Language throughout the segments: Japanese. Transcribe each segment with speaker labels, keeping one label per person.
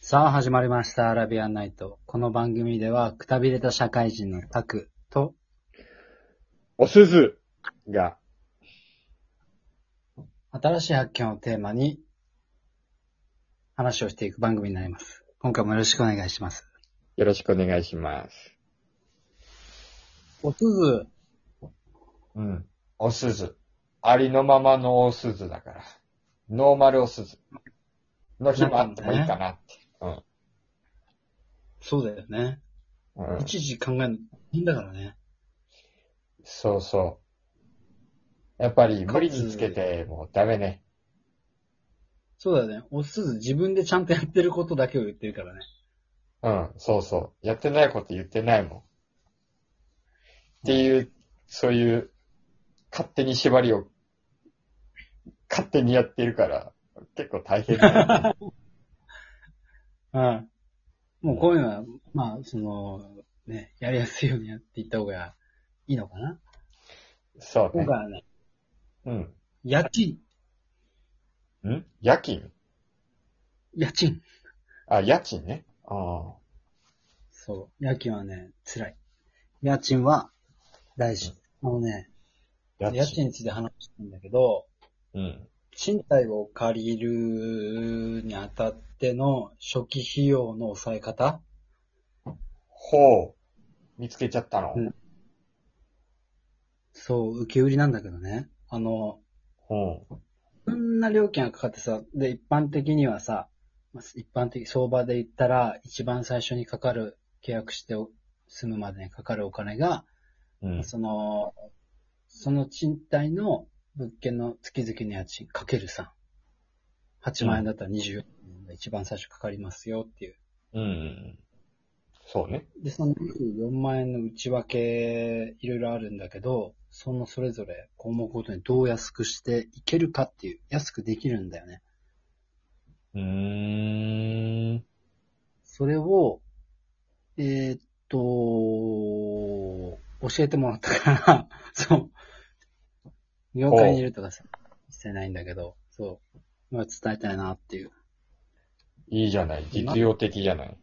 Speaker 1: さあ、始まりました。アラビアンナイト。この番組では、くたびれた社会人のタクと、
Speaker 2: おすずが、
Speaker 1: 新しい発見をテーマに、話をしていく番組になります。今回もよろしくお願いします。
Speaker 2: よろしくお願いします。
Speaker 1: おすず、
Speaker 2: うん。おすず。ありのままのおすずだから。ノーマルおすず。の日もあってもいいかなって。
Speaker 1: そうだよね。
Speaker 2: うん
Speaker 1: い。ちいち考えるの、いいんだからね。
Speaker 2: そうそう。やっぱり無理につけてもダメね。
Speaker 1: そうだよね。おすず、自分でちゃんとやってることだけを言ってるからね。
Speaker 2: うん。そうそう。やってないこと言ってないもん。っていう、そういう、勝手に縛りを、勝手にやってるから、結構大変だよ ね。
Speaker 1: はい。もうこういうのは、まあ、その、ね、やりやすいようにやっていった方がいいのかな。
Speaker 2: そう
Speaker 1: 今回。
Speaker 2: ね
Speaker 1: はね、
Speaker 2: うん。
Speaker 1: 家賃、
Speaker 2: ん夜勤
Speaker 1: 家賃。
Speaker 2: あ、家賃ね。あ
Speaker 1: そう。家賃はね、辛い。家賃は大事。あのね、
Speaker 2: あ。
Speaker 1: 家賃について話したんだけど、
Speaker 2: うん。
Speaker 1: 賃貸を借りるにあたっての初期費用の抑え方
Speaker 2: ほう。見つけちゃったの。
Speaker 1: うんそう、受け売りなんだけどね。あの、
Speaker 2: ほ
Speaker 1: いろんな料金がかかってさ、で、一般的にはさ、まあ一般的、相場で言ったら、一番最初にかかる、契約してお住むまでにかかるお金が、
Speaker 2: う。うん。
Speaker 1: その、その賃貸の物件の月々の家賃かける3。8万円だったら24万円が一番最初かかりますよっていう。
Speaker 2: うん。そうね。
Speaker 1: で、その24万円の内訳、いろいろあるんだけど、そのそれぞれ項目ごとにどう安くしていけるかっていう、安くできるんだよね。
Speaker 2: うーん。
Speaker 1: それを、えーっと、教えてもらったから、 そう。業界にいるとかさ、してないんだけど、そう。まあ伝えたいなっていう。
Speaker 2: いいじゃない。実用的じゃない。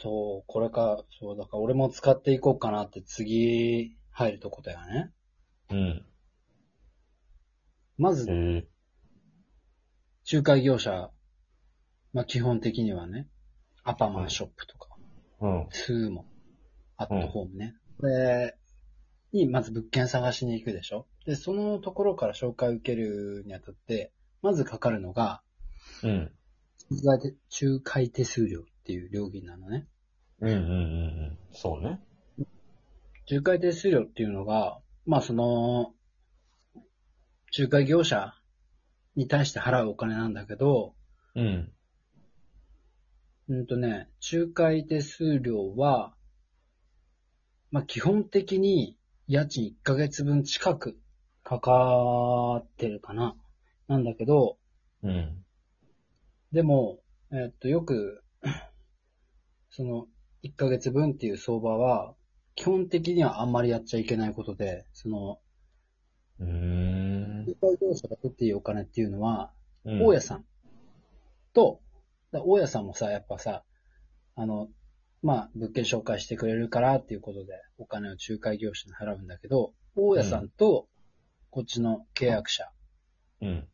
Speaker 1: そう、これか、そう、だから俺も使っていこうかなって次入るとこだよね。
Speaker 2: うん。
Speaker 1: ま
Speaker 2: え
Speaker 1: ず、
Speaker 2: ー、
Speaker 1: 仲介業者、まあ基本的にはね、アパマンショップとか、
Speaker 2: うん。
Speaker 1: ツーモン、アットホームね。これに、まず物件探しに行くでしょで、そのところから紹介受けるにあたって、まずかかるのが、
Speaker 2: うん。
Speaker 1: 仲介手仲介手数料っていう料金なのね。
Speaker 2: うんうんうんうん。そうね。
Speaker 1: 仲介手数料っていうのが、まあその、仲介業者に対して払うお金なんだけど、
Speaker 2: うん。
Speaker 1: うんとね、仲介手数料は、まあ基本的に家賃1ヶ月分近くかかってるかな。なんだけど、
Speaker 2: うん。
Speaker 1: でも、えっと、よく、 その、1ヶ月分っていう相場は、基本的にはあんまりやっちゃいけないことで、その、
Speaker 2: うーん。
Speaker 1: 仲介業者が取っていいお金っていうのは、
Speaker 2: うん
Speaker 1: 大家さんと、だ大家さんもさ、やっぱさ、あの、まあ、物件紹介してくれるからっていうことで、お金を仲介業者に払うんだけど、大家さんと、こっちの契約者、
Speaker 2: うん。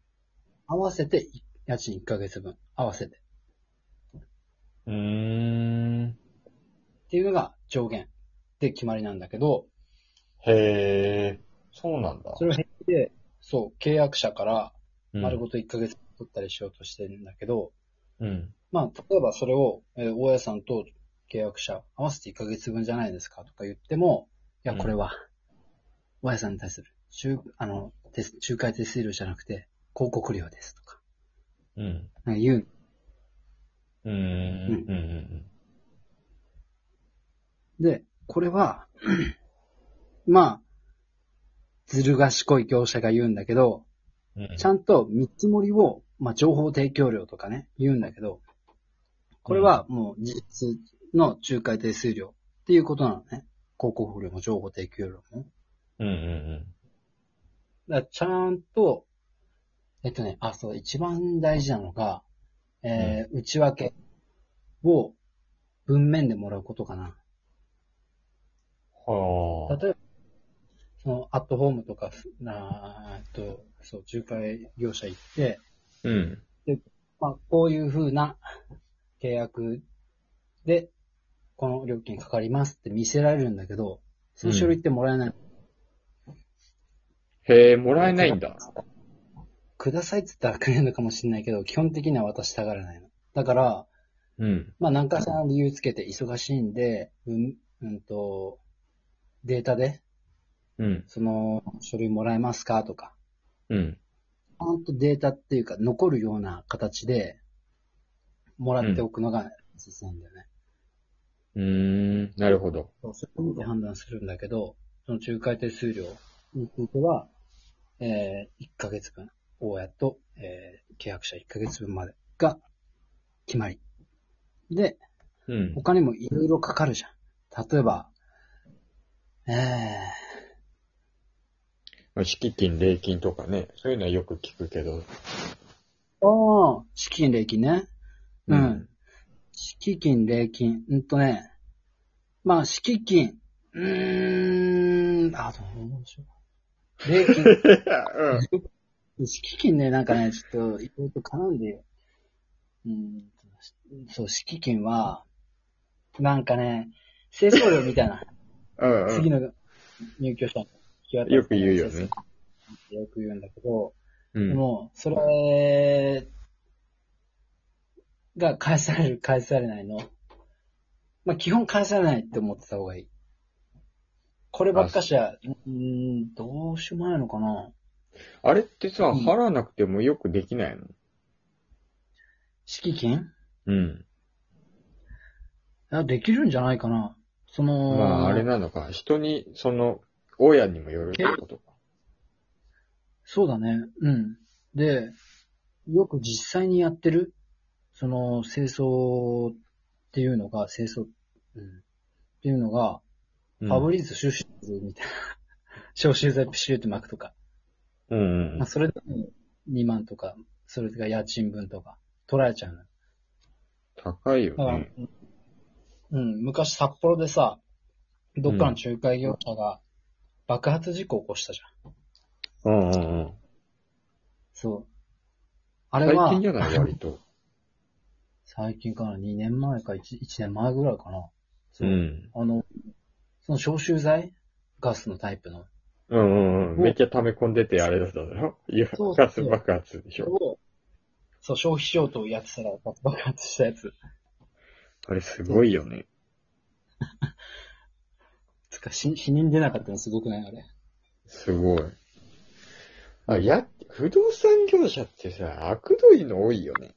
Speaker 1: 合わせて、い家賃1ヶ月分、合わせて。
Speaker 2: うーん。
Speaker 1: っていうのが上限で決まりなんだけど、
Speaker 2: へえ。そうなんだ。
Speaker 1: それを減って、そう、契約者から
Speaker 2: うん
Speaker 1: 丸ごと1ヶ月取ったりしようとしてるんだけど、
Speaker 2: うん。
Speaker 1: まあ、例えばそれを、えー大家さんと契約者合わせて1ヶ月分じゃないですかとか言っても、いや、
Speaker 2: うん
Speaker 1: これは、大家さんに対する、仲あの、手数仲介手数料じゃなくて、広告料ですとか、
Speaker 2: うん。
Speaker 1: なんか言う。
Speaker 2: うん。うん。うんうん。
Speaker 1: で、これは、 まあ、ずる賢い業者が言うんだけど、
Speaker 2: うん
Speaker 1: ちゃんと見積もりを、まあ、情報提供料とかね、言うんだけど、これはもう実質の仲介手数料っていうことなのね。広告料も情報提供料も。
Speaker 2: うんうん
Speaker 1: だからちゃんと、えっとね、あ、そう、一番大事なのが、えー、内訳を文面でもらうことかな。
Speaker 2: はあ。
Speaker 1: 例えば、そのアットホームとか、ふなーえっと、そう、仲介業者行って、
Speaker 2: うん。
Speaker 1: まあ、こういう風な契約で、この料金かかりますって見せられるんだけど、その書類ってもらえない。
Speaker 2: へえ、もらえないんだ。
Speaker 1: くださいって言ったらくれるのかもしれないけど、基本的には渡したがらないの。だから、
Speaker 2: うん。
Speaker 1: まあ、何かしらの理由つけて忙しいんで、うん、うんと、データで、
Speaker 2: うん。
Speaker 1: その、書類もらえますかとか、
Speaker 2: うん。
Speaker 1: ちゃんとデータっていうか、残るような形で、もらっておくのが必須なんだよね。
Speaker 2: うーん。なるほど。
Speaker 1: そうそこで判断するんだけど、その仲介手数料については、えー、1ヶ月分、大家と、えー、契約者1ヶ月分までが決まり。で、
Speaker 2: うん。
Speaker 1: 他にもいろいろかかるじゃん。例えば、え
Speaker 2: まあ敷金、礼金とかね、そういうのはよく聞くけど。
Speaker 1: ー、おー、資金礼金ね。 うん。敷金、礼金。うんとね、まあ、敷金。うーん、あ、どうしよう。礼金。
Speaker 2: うん。
Speaker 1: 敷金ね、なんかね、ちょっと、いろいろと絡んで、うん、そう、敷金は、なんかね、清掃料みたいな、
Speaker 2: うん。うん。
Speaker 1: 次の入居者に引き渡す
Speaker 2: よく言うよね。
Speaker 1: よく言うんだけど、
Speaker 2: う
Speaker 1: で
Speaker 2: ん。
Speaker 1: も、それが返される、返されないの。まあ、基本返されないって思ってた方がいい。こればっかしは、うん、どうしようもないのかな。
Speaker 2: あれってさ、
Speaker 1: うん
Speaker 2: 払わなくてもよくできないの
Speaker 1: 敷金
Speaker 2: うん。
Speaker 1: あできるんじゃないかな。その、
Speaker 2: まあ、あれなのか。人に、その、親にもよるってことか。
Speaker 1: そうだね。うん。で、よく実際にやってる、その、清掃っていうのが、清掃、うん、っていうのが、
Speaker 2: うん
Speaker 1: ファブリーズ収集税みたいな、 消臭剤ピシューって巻くとか、
Speaker 2: うんうん
Speaker 1: まあ、それでも2万とか、それが家賃分とか、取られちゃうの。
Speaker 2: 高いよ
Speaker 1: だから、
Speaker 2: ね。
Speaker 1: うん、昔札幌でさ、どっかの仲介業者が爆発事故を起こしたじゃん。
Speaker 2: うんうんうん。
Speaker 1: そう。あれ
Speaker 2: 最
Speaker 1: は、
Speaker 2: 近じゃない割と。
Speaker 1: 最近かな、2年前か 1, 1年前ぐらいかな。
Speaker 2: う。
Speaker 1: そうんあの、その消臭剤ガスのタイプの。
Speaker 2: うんうんうん。めっちゃ溜め込んでてあれだっただろいや
Speaker 1: そうそう
Speaker 2: ガス爆発でし
Speaker 1: それ
Speaker 2: ょ。
Speaker 1: を、そう、消費しようとやってたら爆発したやつ。
Speaker 2: あれすごいよね。
Speaker 1: つか、死死人出なかったのすごくないあれ。
Speaker 2: すごい。あ、や、不動産業者ってさ、悪どいの多いよね。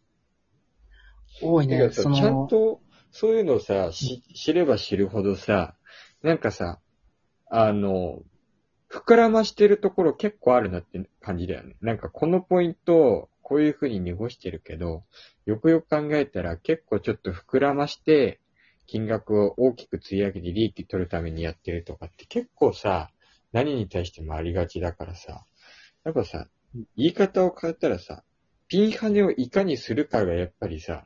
Speaker 1: 多い
Speaker 2: てか
Speaker 1: ね、
Speaker 2: さ
Speaker 1: そ
Speaker 2: ちゃん
Speaker 1: の、
Speaker 2: と、そういうのさ、し、知れば知るほどさ、なんかさ、あの、膨らましてるところ結構あるなって感じだよね。なんかこのポイントをこういう風に濁してるけど、よくよく考えたら結構ちょっと膨らまして、金額を大きく釣り上げて利益取るためにやってるとかって結構さ、何に対してもありがちだからさ、やっぱさ、
Speaker 1: うん
Speaker 2: 言い方を変えたらさ、ピンハネをいかにするかがやっぱり さ、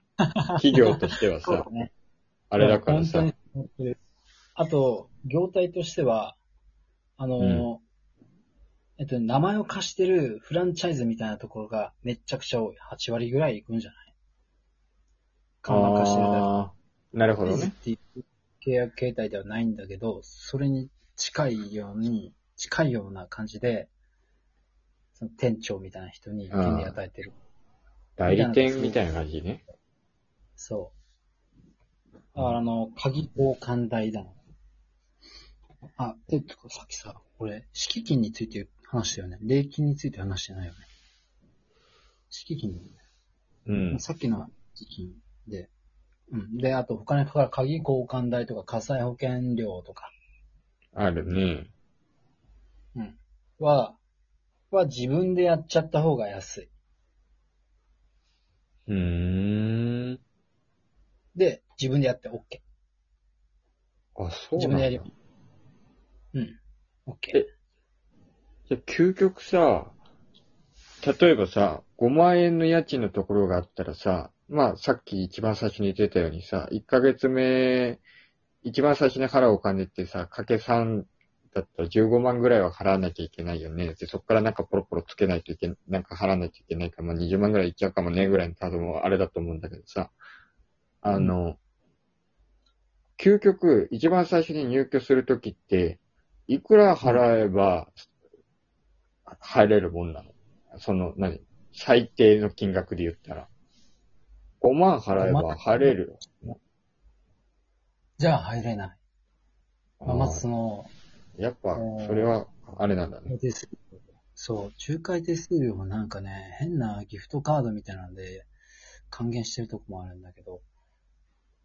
Speaker 2: 企業としては
Speaker 1: そう
Speaker 2: さ
Speaker 1: だ、ね。
Speaker 2: あれだからさ、
Speaker 1: 本当にあと、業態としては、あの、
Speaker 2: うん
Speaker 1: えっと、名前を貸してるフランチャイズみたいなところがめっちゃくちゃ多い。8割ぐらいいくんじゃない看板貸してるだけ
Speaker 2: あーなるほどね。
Speaker 1: っていう契約形態ではないんだけど、それに近いように、近いような感じで、その店長みたいな人に権利与えてる。
Speaker 2: 代理店みたいな感じね。
Speaker 1: そう。だからあの、鍵交換代だな。あ、えっと、さっきさ、俺、敷金について話したよね。礼金について話してないよね。敷金だよね。
Speaker 2: うん。
Speaker 1: さっきの基金で、うん。で、あと他にかかる鍵交換代とか火災保険料とか
Speaker 2: あるね。
Speaker 1: は、は自分でやっちゃった方が安い。
Speaker 2: うーん。
Speaker 1: で、自分でやって OK。
Speaker 2: あ、そう
Speaker 1: 自分で
Speaker 2: なんだ。
Speaker 1: やるよ。うん。OK。
Speaker 2: じゃあ究極さ、例えばさ、5万円の家賃のところがあったらさ、まあ、さっき一番最初に言ってたようにさ、1ヶ月目、一番最初に払うお金ってさ、かけ3だったら15万ぐらいは払わなきゃいけないよね。で、そこからなんかポロポロつけないといけ、なんか払わなきゃいけないから、まあ20万ぐらいいっちゃうかもね、ぐらいの多分あれだと思うんだけどさ、あの、究極、一番最初に入居するときって、いくら払えば、入れるもんなのその、何最低の金額で言ったら。5万払えば入れるよ。
Speaker 1: じゃあ入れない。まあ、まずその、
Speaker 2: やっぱ、それは、あれなんだね。
Speaker 1: 手数料そう、仲介手数料もなんかね、変なギフトカードみたいなんで、還元してるとこもあるんだけど、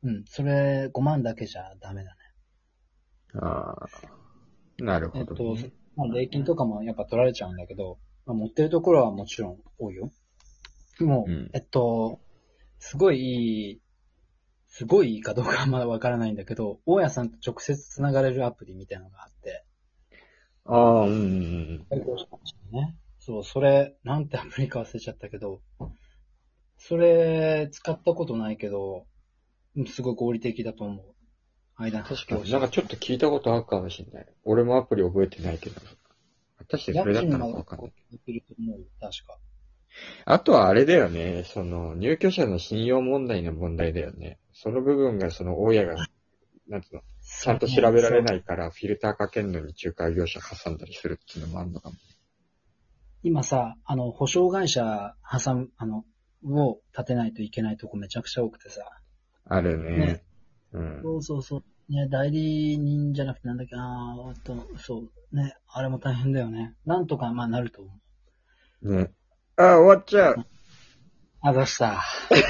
Speaker 1: うん、それ5万だけじゃダメだね。
Speaker 2: ああ。なる
Speaker 1: え
Speaker 2: ほ
Speaker 1: っ
Speaker 2: ど、
Speaker 1: と、まあ、礼金とかもやっぱ取られちゃうんだけど、まあ、持ってるところはもちろん多いよ。でも、
Speaker 2: うん
Speaker 1: えっと、すごいいい、すごいいいかどうかはまだわからないんだけど、大家さんと直接つながれるアプリみたいなのがあって、
Speaker 2: ああ、うんうんうん。
Speaker 1: ね。そう、それ、なんてアプリか忘れちゃったけど、それ、使ったことないけど、うんすごい合理的だと思う。間の
Speaker 2: 確かに、なんかちょっと聞いたことあるかもしれない。俺もアプリ覚えてないけど。果たして
Speaker 1: 家
Speaker 2: それだっ
Speaker 1: 賃
Speaker 2: た
Speaker 1: ま
Speaker 2: の
Speaker 1: で
Speaker 2: かわかんない。
Speaker 1: できると思うよ、確か。
Speaker 2: あとはあれだよね、その、入居者の信用問題の問題だよね。その部分が、その、大家が、なんつうの、ちゃんと調べられないから、フィルターかけんのに仲介業者挟んだりするっていうのもあるのかも。
Speaker 1: 今さ、あの、保証会社挟む、あの、を立てないといけないとこめちゃくちゃ多くてさ。
Speaker 2: あるね
Speaker 1: ね。
Speaker 2: うん。
Speaker 1: そうそうそう。ね、代理人じゃなくてなんだっけ、あーあと、そう、ね、あれも大変だよね。なんとか、まあなると思う。
Speaker 2: ね。あ、終わっちゃう。
Speaker 1: あ、出した。